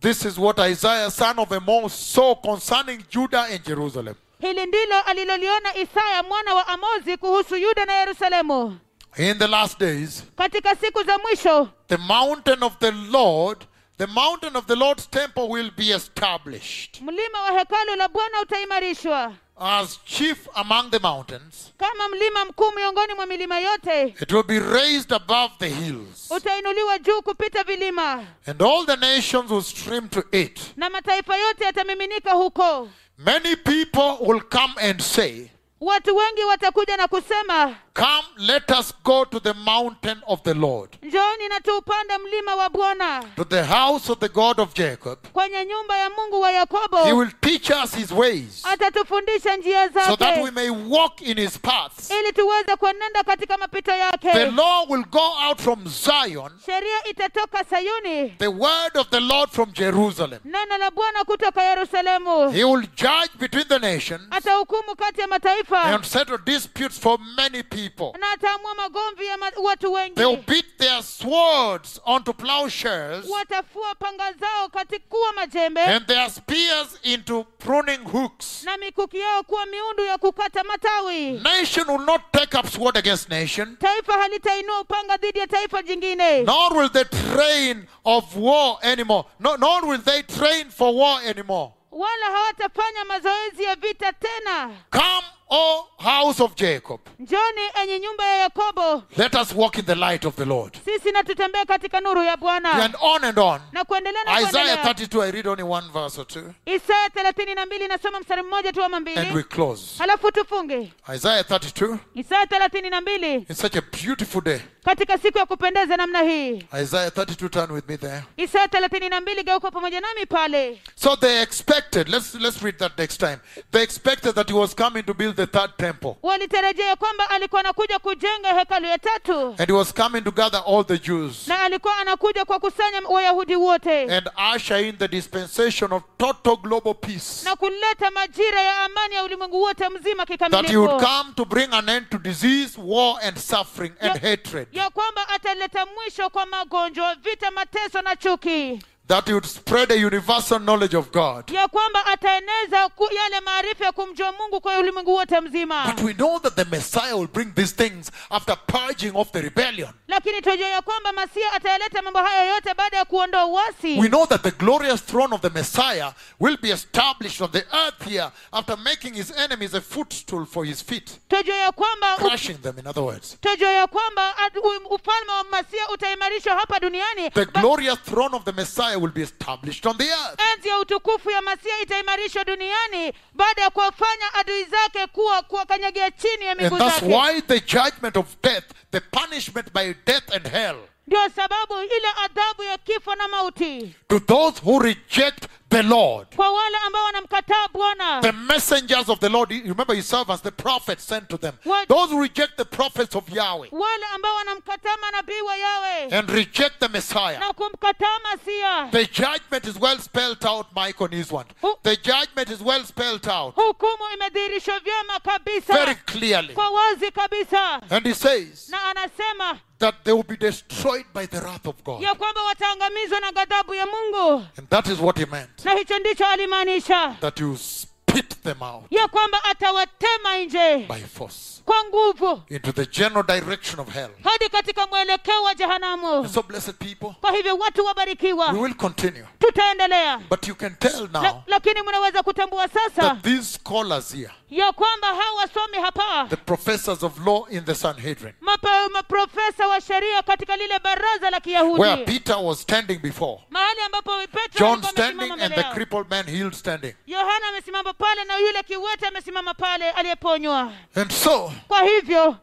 Speaker 1: This is what Isaiah, son of Amos, saw concerning Judah and Jerusalem.
Speaker 2: hili ndilo aliloliona isaya mwana wa amozi kuhusu yuda na yerusalemu
Speaker 1: In the last days,
Speaker 2: katika siku za mwisho
Speaker 1: the mountain of the Lord, the mountain of the Lord's temple will be established
Speaker 2: mlima wa hekalu la bwana utaimarishwa
Speaker 1: as chief among the mountains.
Speaker 2: kama mlima mkuu miongoni mwa milima yote
Speaker 1: It will be raised above the hills,
Speaker 2: utainuliwa juu kupita vilima
Speaker 1: and all the nations will stream to it.
Speaker 2: na mataifa yote yatamiminika huko
Speaker 1: Many people will come and say,
Speaker 2: watu wengi watakuja na kusema
Speaker 1: Come, let us go to the mountain of the Lord,
Speaker 2: njooni na tuupande mlima wa bwana
Speaker 1: to the house of the God of Jacob.
Speaker 2: kwenye nyumba ya mungu wa
Speaker 1: He
Speaker 2: yakobo
Speaker 1: will teach us his ways,
Speaker 2: atatufundisha njia
Speaker 1: so that
Speaker 2: zake
Speaker 1: we may walk in his paths.
Speaker 2: ili tuweze kuenenda katika mapito
Speaker 1: The
Speaker 2: yake
Speaker 1: law will go out from Zion,
Speaker 2: sheria itatoka sayuni
Speaker 1: the word of the Lord from Jerusalem.
Speaker 2: neno la bwana kutoka yerusalemu
Speaker 1: He will judge between the nations
Speaker 2: atahukumu kati ya mataifa
Speaker 1: and settle disputes for many people.
Speaker 2: na ataamua magomvi ya ma- watu wengi
Speaker 1: They'll beat their swords onto plowshares
Speaker 2: watafua panga zao katikuwa majembe
Speaker 1: and their spears into pruning hooks.
Speaker 2: na mikuki yao kuwa miundu ya kukata matawi
Speaker 1: Nation will not take up sword against nation,
Speaker 2: taifa halitainua upanga dhidi ya taifa jingine
Speaker 1: nor will they train of war anymore. No, nor will they train for war anymore.
Speaker 2: wala hawatafanya mazoezi ya vita tena
Speaker 1: Come, O house of Jacob,
Speaker 2: njoni enye nyumba ya yakobo
Speaker 1: let us walk in the light of the Lord.
Speaker 2: sisi na tutembee katika nuru ya bwana
Speaker 1: And on and on.
Speaker 2: na kuendelea na
Speaker 1: Isaiah
Speaker 2: kuendelea
Speaker 1: 32, I read only one verse or two,
Speaker 2: isaya thelathini na mbili nasoma mstari mmoja tu ama
Speaker 1: and we
Speaker 2: mbili
Speaker 1: close.
Speaker 2: halafu tufunge
Speaker 1: Isaiah 32,
Speaker 2: isaya thelathini na mbili
Speaker 1: it's such a beautiful day.
Speaker 2: katika siku ya kupendeza namna hii
Speaker 1: Isaiah 32, turn with me there.
Speaker 2: isaya thelathini na mbili geuka pamoja nami pale
Speaker 1: So they expected, let's, let's read that next time. They expected that he was coming to build the third temple.
Speaker 2: walitarajia ya kwamba alikuwa anakuja kujenga hekalu ya tatu
Speaker 1: And he was coming to gather all the Jews
Speaker 2: na alikuwa anakuja kwa kusanya wayahudi wote
Speaker 1: and usher in the dispensation of total global peace.
Speaker 2: na kuleta majira ya amani ya ulimwengu wote mzima
Speaker 1: That he would
Speaker 2: kikamilifu
Speaker 1: come to bring an end to disease, war, and suffering and
Speaker 2: Yeah.
Speaker 1: hatred.
Speaker 2: ya kwamba ataleta mwisho kwa magonjwa vita mateso na chuki
Speaker 1: That he would spread a universal knowledge of God.
Speaker 2: ya kwamba ataeneza ku, yale maarifa ya kumjua mungu kwa ulimwengu wote mzima
Speaker 1: But we know that the Messiah will bring these things after purging off the rebellion.
Speaker 2: lakini tunajua ya kwamba masia atayaleta mambo haya yote baada ya kuondoa uasi
Speaker 1: We know that the glorious throne of the Messiah will be established on the earth here after making his enemies a footstool for his feet,
Speaker 2: tunajua ya kwamba
Speaker 1: crushing them, in other words.
Speaker 2: tunajua ya kwamba ad- u- ufalme wa masia utaimarishwa hapa duniani
Speaker 1: The
Speaker 2: Ba-
Speaker 1: glorious throne of the Messiah will be established on the earth.
Speaker 2: enzi ya utukufu ya masia itaimarishwa duniani baada ya kuwafanya adui zake kuwa kuwakanyagia chini ya
Speaker 1: And
Speaker 2: miguu
Speaker 1: that's
Speaker 2: zake
Speaker 1: why the judgment of death, the punishment by death and hell,
Speaker 2: ndio sababu ile adhabu ya kifo na mauti
Speaker 1: to those who reject the Lord,
Speaker 2: kwa wale ambao wanamkataa bwana
Speaker 1: the messengers of the Lord, you remember his servants, the prophets sent to them,
Speaker 2: What?
Speaker 1: those who reject the prophets of Yahweh
Speaker 2: wale ambao wanamkataa manabii wa yawe
Speaker 1: and reject the Messiah.
Speaker 2: na kumkataa masia
Speaker 1: The judgment is well spelled out, Mike, on this one.
Speaker 2: Who-
Speaker 1: The judgment is well spelled out
Speaker 2: hukumu imedhihirishwa vyema
Speaker 1: very
Speaker 2: kabisa
Speaker 1: clearly.
Speaker 2: kwa wazi kabisa
Speaker 1: And he says
Speaker 2: na anasema
Speaker 1: that they will be destroyed by the wrath of God.
Speaker 2: ya kwamba wataangamizwa na ghadhabu ya mungu
Speaker 1: And that is what he meant
Speaker 2: na hicho ndicho alimaanisha
Speaker 1: that you spit them out
Speaker 2: ya kwamba atawatema nje
Speaker 1: by force
Speaker 2: kwa nguvu
Speaker 1: into the general direction of hell.
Speaker 2: hadi katika mwelekeo wa jehanamu
Speaker 1: So, blessed people,
Speaker 2: kwa hivyo watu
Speaker 1: we
Speaker 2: wabarikiwa
Speaker 1: will continue.
Speaker 2: tutaendelea
Speaker 1: But you can tell
Speaker 2: La,
Speaker 1: now
Speaker 2: lakini mnaweza kutambua sasa
Speaker 1: that these scholars here,
Speaker 2: ya kwamba hawa wasomi hapa
Speaker 1: the professors of law in the Sanhedrin,
Speaker 2: mapa- maprofesa wa sheria katika lile baraza la
Speaker 1: where
Speaker 2: kiyahudi
Speaker 1: Peter was standing before,
Speaker 2: mahali ambapo petro
Speaker 1: John
Speaker 2: alikuwa
Speaker 1: standing
Speaker 2: amesimama
Speaker 1: and
Speaker 2: mbele
Speaker 1: the
Speaker 2: yao
Speaker 1: crippled man healed standing.
Speaker 2: yohana amesimama pale na yule kiwete amesimama pale aliyeponywa
Speaker 1: And so,
Speaker 2: kwa hivyo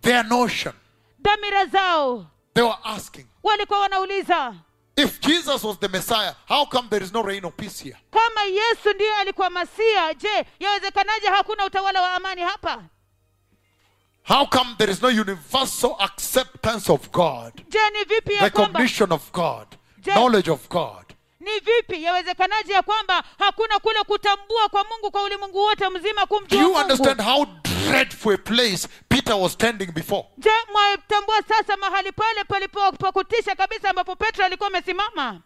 Speaker 1: their notion
Speaker 2: dhamira zao
Speaker 1: They were asking,
Speaker 2: walikuwa wanauliza
Speaker 1: if Jesus was the Messiah, how come there is no reign of peace here?
Speaker 2: kama yesu ndiye alikuwa masia je yawezekanaje hakuna utawala wa amani hapa
Speaker 1: How come there is no universal acceptance of God,
Speaker 2: je ni vipi ya kwamba
Speaker 1: recognition of God,
Speaker 2: Je-
Speaker 1: knowledge of God?
Speaker 2: ni vipi yawezekanaje ya kwamba hakuna kule kutambua kwa mungu kwa ulimwengu wote mzima
Speaker 1: Do
Speaker 2: kumjua
Speaker 1: you
Speaker 2: mungu
Speaker 1: understand how dreadful a place Peter was standing before?
Speaker 2: je mwatambua sasa mahali pale palipo- pa kutisha kabisa ambapo petro alikuwa amesimama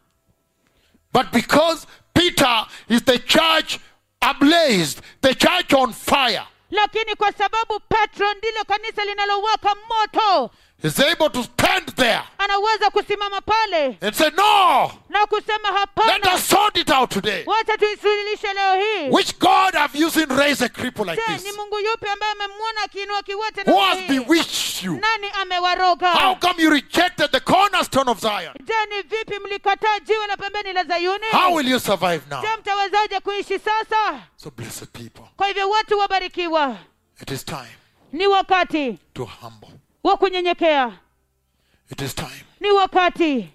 Speaker 1: But because Peter is the church ablaze, the church on fire,
Speaker 2: lakini kwa sababu petro ndilo kanisa linalowaka moto
Speaker 1: is able to stand there
Speaker 2: anaweza kusimama pale
Speaker 1: and say, No,
Speaker 2: na kusema
Speaker 1: let
Speaker 2: hapana
Speaker 1: us sort it out today.
Speaker 2: wacha tuisuluhishe leo hii
Speaker 1: Which God have you seen raise a cripple like
Speaker 2: je
Speaker 1: this?
Speaker 2: ni mungu yupi ambaye amemwona akiinua kiwete
Speaker 1: Who
Speaker 2: namna
Speaker 1: has
Speaker 2: hii?
Speaker 1: bewitched you?
Speaker 2: nani amewaroga
Speaker 1: How come you rejected the cornerstone of Zion?
Speaker 2: je ni vipi mlikataa jiwe la pembeni la zayuni
Speaker 1: How will you survive now?
Speaker 2: je mtawezaje kuishi sasa
Speaker 1: So, blessed people,
Speaker 2: kwa hivyo watu wabarikiwa
Speaker 1: it is time
Speaker 2: ni wakati
Speaker 1: to humble.
Speaker 2: wa kunyenyekea
Speaker 1: It is time
Speaker 2: ni wakati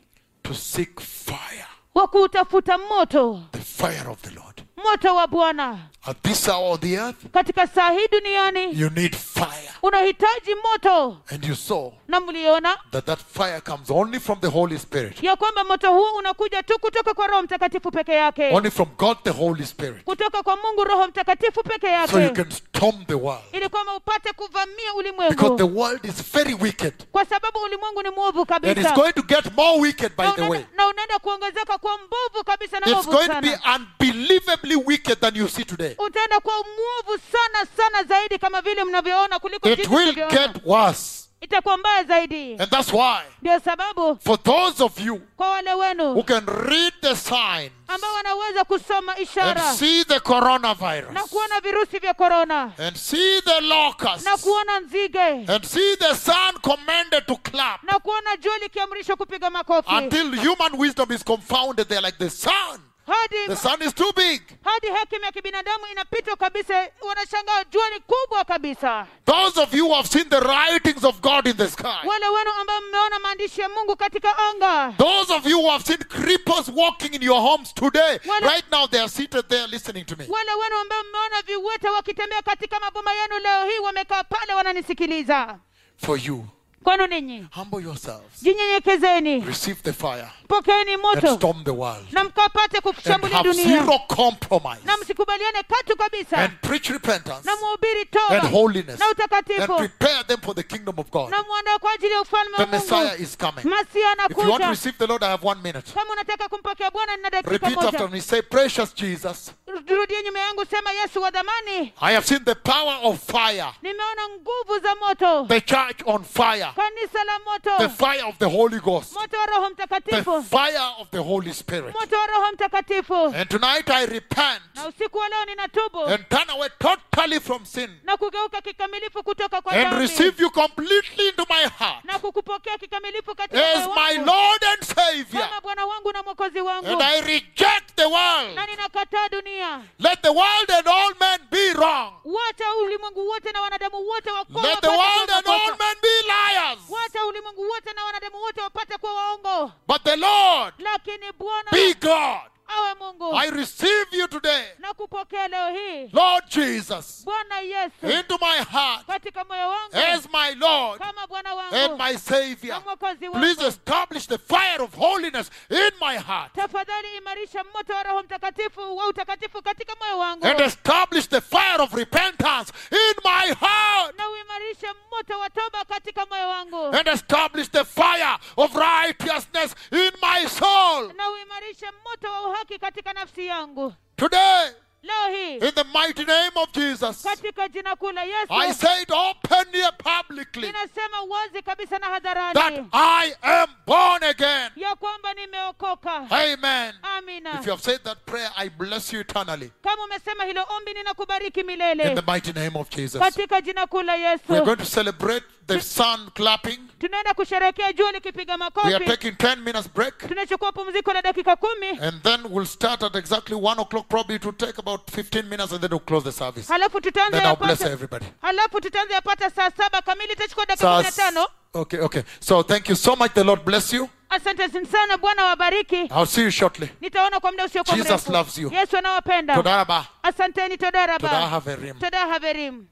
Speaker 1: to seek fire,
Speaker 2: wa kuutafuta moto
Speaker 1: the fire of the Lord.
Speaker 2: moto wa bwana
Speaker 1: At this hour of the earth,
Speaker 2: katika saa hii duniani
Speaker 1: you need fire.
Speaker 2: unahitaji moto
Speaker 1: And you saw
Speaker 2: na mliona
Speaker 1: that that fire comes only from the Holy Spirit,
Speaker 2: ya kwamba moto huu unakuja tu kutoka kwa roho mtakatifu peke yake
Speaker 1: only from God the Holy Spirit.
Speaker 2: kutoka kwa mungu roho mtakatifu peke
Speaker 1: So you
Speaker 2: yake
Speaker 1: can storm the world.
Speaker 2: ili kwamba upate kuvamia
Speaker 1: Because the
Speaker 2: ulimwengu
Speaker 1: world is very wicked.
Speaker 2: kwa sababu ulimwengu ni mwovu
Speaker 1: And it's
Speaker 2: kabisa
Speaker 1: going to get more wicked,
Speaker 2: na
Speaker 1: by the way.
Speaker 2: unaenda, na unaenda kuongezeka kuwa mbovu kabisa na
Speaker 1: It's
Speaker 2: mwovu
Speaker 1: going to be
Speaker 2: sana
Speaker 1: unbelievably wicked than you see today.
Speaker 2: utaenda kuwa mwovu sana sana zaidi kama vile mnavyoona kuliko
Speaker 1: It
Speaker 2: jinsi
Speaker 1: will
Speaker 2: tunavyoona.
Speaker 1: get worse.
Speaker 2: itakuwa mbaya zaidi
Speaker 1: And that's why,
Speaker 2: ndio sababu
Speaker 1: for those of you
Speaker 2: kwa wale
Speaker 1: who
Speaker 2: wenu
Speaker 1: can read the signs
Speaker 2: ambao wanaweza kusoma
Speaker 1: and
Speaker 2: ishara
Speaker 1: see the
Speaker 2: na
Speaker 1: coronavirus
Speaker 2: kuona virusi vya korona
Speaker 1: and see the
Speaker 2: na
Speaker 1: locusts
Speaker 2: kuona nzige
Speaker 1: and see the sun commanded to clap
Speaker 2: na kuona jua likiamrishwa kupiga makofi
Speaker 1: until human wisdom is confounded. They're like, the sun, the
Speaker 2: hadi
Speaker 1: sun is too big.
Speaker 2: hadi hekima ya kibinadamu inapitwa kabisa wanashangaa jua ni kubwa kabisa
Speaker 1: Those of you who have seen the writings of God in the sky,
Speaker 2: wale wenu ambao mmeona maandishi ya mungu katika anga
Speaker 1: Those of you who have seen cripples walking in your homes today,
Speaker 2: Wale-
Speaker 1: right now they are seated there listening to me.
Speaker 2: wale wenu ambao mmeona viwete wakitembea katika maboma yenu leo hii wamekaa pale wananisikiliza
Speaker 1: For you,
Speaker 2: kwanu ninyi
Speaker 1: humble yourselves,
Speaker 2: jinyenyekezeni
Speaker 1: receive the fire,
Speaker 2: pokeeni
Speaker 1: and
Speaker 2: moto
Speaker 1: storm the world,
Speaker 2: na mkapate
Speaker 1: and
Speaker 2: kushambulia
Speaker 1: have
Speaker 2: dunia
Speaker 1: zero compromise,
Speaker 2: na msikubaliane katu kabisa
Speaker 1: and preach repentance
Speaker 2: na muhubiri
Speaker 1: and
Speaker 2: toba
Speaker 1: holiness,
Speaker 2: na
Speaker 1: and
Speaker 2: utakatifu
Speaker 1: prepare them for the kingdom of God.
Speaker 2: na mwandaa kwa ajili ya ufalme
Speaker 1: The
Speaker 2: wa
Speaker 1: Messiah
Speaker 2: mungu
Speaker 1: is coming.
Speaker 2: masia
Speaker 1: If you want to
Speaker 2: anakuja
Speaker 1: receive the Lord, I have one minute.
Speaker 2: kama unataka kumpokea bwana nina dakika
Speaker 1: Repeat after
Speaker 2: moja
Speaker 1: me. Say, Precious Jesus,
Speaker 2: rudie nyuma yangu sema yesu wa dhamani
Speaker 1: I have seen the power of fire,
Speaker 2: nimeona nguvu za moto
Speaker 1: the church on fire,
Speaker 2: kanisa la
Speaker 1: the
Speaker 2: moto
Speaker 1: fire of the Holy Ghost,
Speaker 2: moto wa roho
Speaker 1: the
Speaker 2: mtakatifu
Speaker 1: fire of the Holy Spirit.
Speaker 2: moto wa roho mtakatifu
Speaker 1: And tonight I repent
Speaker 2: na usiku wa leo ninatubu
Speaker 1: and turn away totally from sin
Speaker 2: na kugeuka kikamilifu kutoka kwa
Speaker 1: and
Speaker 2: dhambi,
Speaker 1: receive you completely into my heart
Speaker 2: na kukupokea kikamilifu katika
Speaker 1: as
Speaker 2: moyo
Speaker 1: my
Speaker 2: wangu
Speaker 1: Lord and Savior.
Speaker 2: kama bwana wangu na mwokozi wangu
Speaker 1: And I reject the world.
Speaker 2: na ninakataa dunia
Speaker 1: Let the world and all men be wrong.
Speaker 2: wacha ulimwengu wote na wanadamu wote wakuwa
Speaker 1: Let the
Speaker 2: wapate
Speaker 1: world
Speaker 2: kuwa
Speaker 1: and all
Speaker 2: makosa.
Speaker 1: men be liars.
Speaker 2: wacha ulimwengu wote na wanadamu wote wapate kuwa waongo
Speaker 1: But the Lord
Speaker 2: lakini bwana
Speaker 1: be God.
Speaker 2: awe mungu
Speaker 1: I receive you today,
Speaker 2: na kupokea leo hii
Speaker 1: Lord Jesus,
Speaker 2: bwana yesu
Speaker 1: into my heart
Speaker 2: katika moyo wangu
Speaker 1: as my Lord
Speaker 2: kama bwana
Speaker 1: and
Speaker 2: wangu
Speaker 1: my Savior.
Speaker 2: na mwokozi
Speaker 1: Please
Speaker 2: wangu
Speaker 1: establish the fire of holiness in my heart.
Speaker 2: tafadhali imarisha moto wa roho mtakatifu wa utakatifu katika moyo wangu
Speaker 1: and establish the fire of repentance in my heart
Speaker 2: na uimarishe moto wa toba katika moyo wangu
Speaker 1: and establish the fire of righteousness in my soul
Speaker 2: na uimarishe moto wa uhaki katika nafsi yangu
Speaker 1: today
Speaker 2: leo hii
Speaker 1: in the mighty name of jesus
Speaker 2: katika jina kuu la
Speaker 1: i
Speaker 2: yesu
Speaker 1: say it openly and publicly
Speaker 2: ninasema wazi kabisa na
Speaker 1: that
Speaker 2: hadharani
Speaker 1: i am born again
Speaker 2: ya kwamba nimeokoka
Speaker 1: amen if you
Speaker 2: amina
Speaker 1: have said that prayer i bless you eternally
Speaker 2: kama umesema hilo ombi ninakubariki
Speaker 1: in the
Speaker 2: milele
Speaker 1: mighty name of jesus
Speaker 2: katika jina kuu la
Speaker 1: we're
Speaker 2: yesu
Speaker 1: going to celebrate the sun clapping
Speaker 2: tunaenda kusherehekea jua likipiga
Speaker 1: we are
Speaker 2: makofi
Speaker 1: taking 10 minutes break
Speaker 2: tunachukua pumziko la dakika kumi
Speaker 1: And then we'll start at exactly one o'clock. Probably it will take about 15 minutes and then we'll close the service.
Speaker 2: halafu tutaanza
Speaker 1: Then I'll bless
Speaker 2: yapata
Speaker 1: everybody.
Speaker 2: halafu tutaanza yapata saa saba kamili itachukua dakika
Speaker 1: So,
Speaker 2: kumi na tano
Speaker 1: okay, okay. So thank you so much. The Lord bless you.
Speaker 2: asante sana bwana wabariki
Speaker 1: I'll see you shortly. ah,
Speaker 2: nitaona kwa muda usiokuwa
Speaker 1: Jesus
Speaker 2: mrefu.
Speaker 1: loves you.
Speaker 2: yesu anawapenda
Speaker 1: Todaraba.
Speaker 2: asanteni todaraba
Speaker 1: Todahaverim.
Speaker 2: todahaverim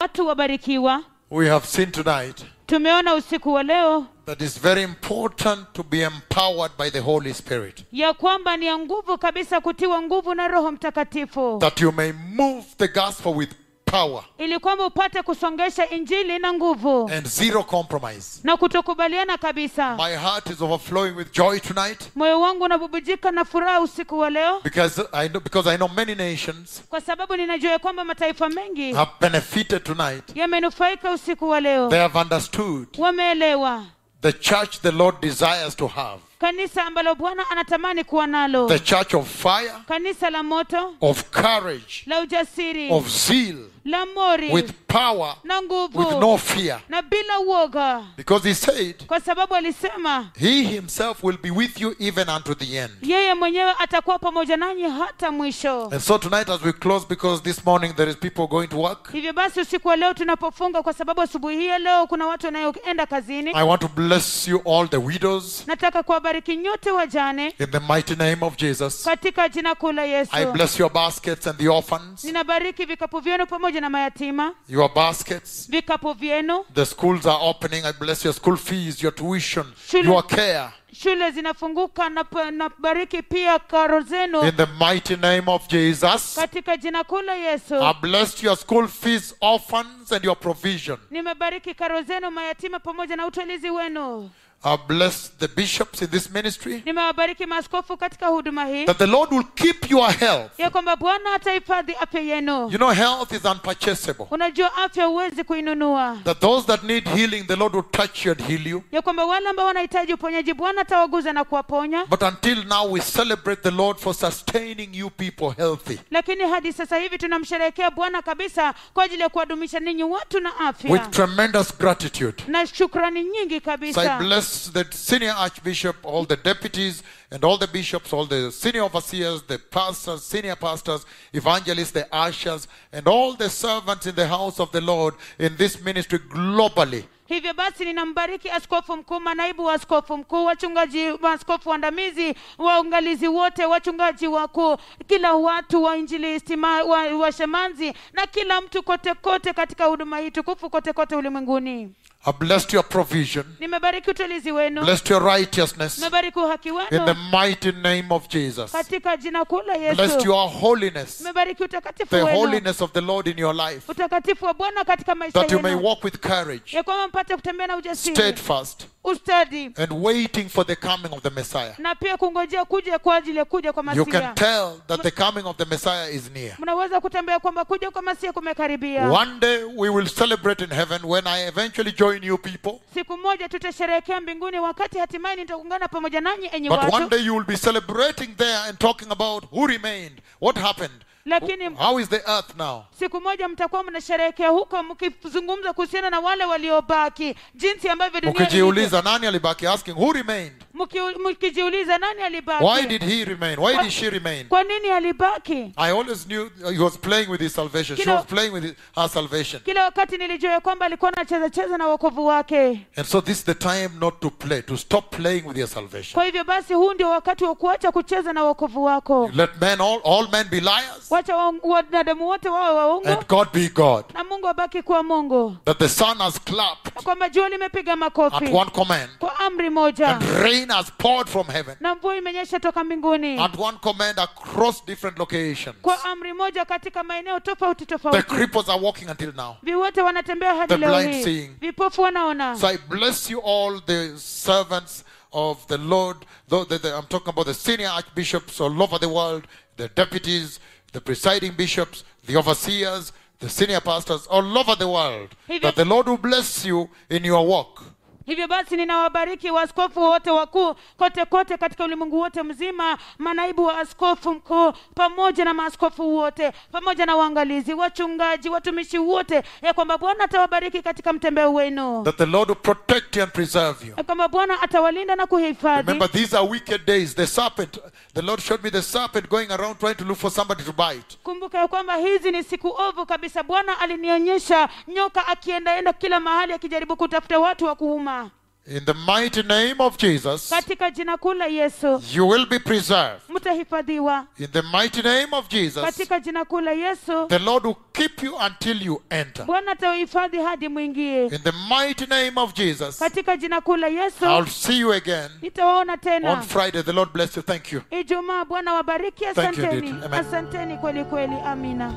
Speaker 2: watu wabarikiwa
Speaker 1: We have seen tonight
Speaker 2: tumeona usiku wa leo
Speaker 1: that it's very important to be empowered by the Holy Spirit.
Speaker 2: ya kwamba ni ya nguvu kabisa kutiwa nguvu na roho mtakatifu
Speaker 1: That you may move the gospel with power
Speaker 2: ili kwamba upate kusongesha injili na nguvu
Speaker 1: and zero compromise.
Speaker 2: na kutokubaliana kabisa
Speaker 1: My heart is overflowing with joy tonight
Speaker 2: moyo wangu unabubujika na furaha usiku wa leo
Speaker 1: because I know, because I know many nations
Speaker 2: kwa sababu ninajua ya kwamba mataifa mengi
Speaker 1: have benefited tonight.
Speaker 2: yamenufaika usiku wa leo
Speaker 1: They have understood
Speaker 2: wameelewa
Speaker 1: the church the Lord desires to have
Speaker 2: kanisa ambalo bwana anatamani kuwa nalo
Speaker 1: the church of fire,
Speaker 2: kanisa la moto
Speaker 1: of courage,
Speaker 2: la ujasiri
Speaker 1: of zeal,
Speaker 2: la mori
Speaker 1: with power,
Speaker 2: na nguvu
Speaker 1: with no fear.
Speaker 2: na bila uoga
Speaker 1: Because He said,
Speaker 2: kwa sababu alisema
Speaker 1: He Himself will be with you even unto the end.
Speaker 2: yeye mwenyewe atakuwa pamoja nanyi hata mwisho
Speaker 1: And so tonight, as we close, because this morning there is people going to work,
Speaker 2: hivyo basi usiku wa leo tunapofunga kwa sababu asubuhi hii ya leo kuna watu wanayoenda kazini
Speaker 1: I want to bless you all, the widows,
Speaker 2: nataka kuwabariki nyote wajane
Speaker 1: in the mighty name of Jesus.
Speaker 2: katika jina kuu la
Speaker 1: I
Speaker 2: yesu
Speaker 1: bless your baskets and the orphans,
Speaker 2: ninabariki vikapu vyenu pamoja na mayatima
Speaker 1: your baskets.
Speaker 2: vikapu vyenu
Speaker 1: The schools are opening. I bless your school fees, your tuition,
Speaker 2: Shule-
Speaker 1: your care.
Speaker 2: shule zinafunguka na pa- na bariki pia karo zenu
Speaker 1: In the mighty name of Jesus,
Speaker 2: katika jina kuu la yesu
Speaker 1: I blessed your school fees, orphans, and your provision.
Speaker 2: nimebariki karo zenu mayatima pamoja na utwalizi wenu
Speaker 1: I bless the bishops in this ministry.
Speaker 2: nimewabariki maaskofu katika huduma hii
Speaker 1: That the Lord will keep your health.
Speaker 2: ya kwamba bwana atahifadhi afya yenu
Speaker 1: You know, health is unpurchasable.
Speaker 2: unajua afya huwezi kuinunua
Speaker 1: That those that need healing, the Lord will touch you and heal you.
Speaker 2: ya kwamba wale ambao wanahitaji uponyaji bwana atawaguza na kuwaponya
Speaker 1: But until now, we celebrate the Lord for sustaining you people healthy.
Speaker 2: lakini hadi sasa hivi tunamsherehekea bwana kabisa kwa ajili ya kuwadumisha ninyi watu na afya
Speaker 1: With tremendous gratitude.
Speaker 2: na shukrani nyingi
Speaker 1: So I
Speaker 2: kabisa
Speaker 1: bless the senior archbishop, all the deputies, and all the bishops, all the senior overseers, the pastors, senior pastors, evangelists, the ushers, and all the servants in the house of the Lord in this ministry globally.
Speaker 2: hivyo basi ninambariki askofu mkuu manaibu wa askofu mkuu wachungaji maaskofu waandamizi waangalizi wote wachungaji wakuu kila watu wa injilisti ma- wa, wa shemanzi na kila mtu kote kote katika huduma hii tukufu kote kote ulimwenguni
Speaker 1: I blessed your provision,
Speaker 2: nimebariki utolizi wenu
Speaker 1: blessed your righteousness
Speaker 2: nimebariki uhaki
Speaker 1: in the
Speaker 2: wenu
Speaker 1: mighty name of Jesus.
Speaker 2: katika jina kuu la
Speaker 1: Blessed
Speaker 2: yesu
Speaker 1: your holiness,
Speaker 2: nimebariki utakatifu
Speaker 1: the
Speaker 2: wenu
Speaker 1: holiness of the Lord in your life,
Speaker 2: utakatifu wa bwana katika maisha
Speaker 1: that you may
Speaker 2: yenu
Speaker 1: walk with courage,
Speaker 2: ya kwamba mpate kutembea na ujasiri
Speaker 1: steadfast,
Speaker 2: ustadi
Speaker 1: and waiting for the coming of the Messiah.
Speaker 2: na pia kungojea kuja kwa ajili ya kuja kwa
Speaker 1: You can
Speaker 2: masia
Speaker 1: tell that the coming of the Messiah is near.
Speaker 2: mnaweza kutembea kwamba kuja kwa masia kumekaribia
Speaker 1: One day we will celebrate in heaven when I eventually join you people.
Speaker 2: siku moja tutasherehekea mbinguni wakati hatimaye nitaungana pamoja nanyi enyi
Speaker 1: But one
Speaker 2: watu
Speaker 1: day you will be celebrating there and talking about who remained, what happened,
Speaker 2: Lakini-
Speaker 1: how is the earth now.
Speaker 2: siku moja mtakuwa mnasherehekea huko mkizungumza kuhusiana na wale waliobaki jinsi ambavyo dunia ilivyo.
Speaker 1: Ukijiuliza nani alibaki, asking who remained,
Speaker 2: Mkiu- mkijiuliza nani
Speaker 1: why
Speaker 2: alibaki
Speaker 1: did he remain, why did she remain.
Speaker 2: kwa nini alibaki
Speaker 1: I always knew uh, he was playing with his salvation. She
Speaker 2: Kila-
Speaker 1: was playing with her salvation.
Speaker 2: kila wakati nilijua ya kwamba alikuwa anacheza cheza na wokovu wake
Speaker 1: And so this is the time not to play, to stop playing with your salvation.
Speaker 2: kwa hivyo basi huu ndio wakati wa kuacha kucheza na wokovu wako
Speaker 1: Let men all, all men be liars
Speaker 2: wacha wa- wanadamu wote wawe waungu
Speaker 1: and God be God.
Speaker 2: na mungu abaki kuwa mungu
Speaker 1: That the sun has clapped
Speaker 2: na kwamba jua limepiga
Speaker 1: at
Speaker 2: makofi
Speaker 1: one command.
Speaker 2: kwa amri moja
Speaker 1: and rain has poured from heaven
Speaker 2: na mvua imenyesha toka mbinguni
Speaker 1: at one command across different locations.
Speaker 2: kwa amri moja katika maeneo tofauti
Speaker 1: The
Speaker 2: tofauti
Speaker 1: cripples are walking until now.
Speaker 2: viwote wanatembea hadi
Speaker 1: The
Speaker 2: leo
Speaker 1: blind
Speaker 2: hii
Speaker 1: seeing.
Speaker 2: vipofu wanaona
Speaker 1: So I bless you all, the servants of the Lord. Though the, the- I'm talking about the senior archbishops all over the world, the deputies, the presiding bishops, the overseers, the senior pastors all over the world.
Speaker 2: Hivyo-
Speaker 1: That the Lord will bless you in your walk.
Speaker 2: hivyo basi ninawabariki waaskofu wote wakuu kote kote katika ulimwengu wote mzima manaibu wa askofu mkuu pamoja na maaskofu wote pamoja na waangalizi wachungaji watumishi wote ya kwamba bwana atawabariki katika mtembeo wenu
Speaker 1: That the Lord will protect you and preserve you.
Speaker 2: ya kwamba bwana atawalinda na kuhifadhi
Speaker 1: Remember, these are wicked days. The serpent, the Lord showed me the serpent going around trying to look for somebody to bite.
Speaker 2: kumbuka ya kwamba hizi ni siku ovu kabisa bwana alinionyesha nyoka akiendaenda kila mahali akijaribu kutafuta watu wa kuuma
Speaker 1: In the mighty name of Jesus,
Speaker 2: katika jina kuu la yesu
Speaker 1: you will be preserved.
Speaker 2: mtahifadhiwa
Speaker 1: In the mighty name of Jesus,
Speaker 2: katika jina kuu la yesu
Speaker 1: the Lord will keep you until you enter.
Speaker 2: bwana atawahifadhi hadi mwingie
Speaker 1: In the mighty name of Jesus,
Speaker 2: katika jina kuu la
Speaker 1: I'll
Speaker 2: yesu
Speaker 1: see you again
Speaker 2: nitawaona
Speaker 1: on
Speaker 2: tena
Speaker 1: Friday. The Lord bless you. Thank you.
Speaker 2: ijumaa bwana wabariki
Speaker 1: you,
Speaker 2: asanteni
Speaker 1: indeed. Amen.
Speaker 2: asanteni kweli kweli amina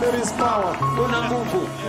Speaker 3: There is power. Kuna nguvu.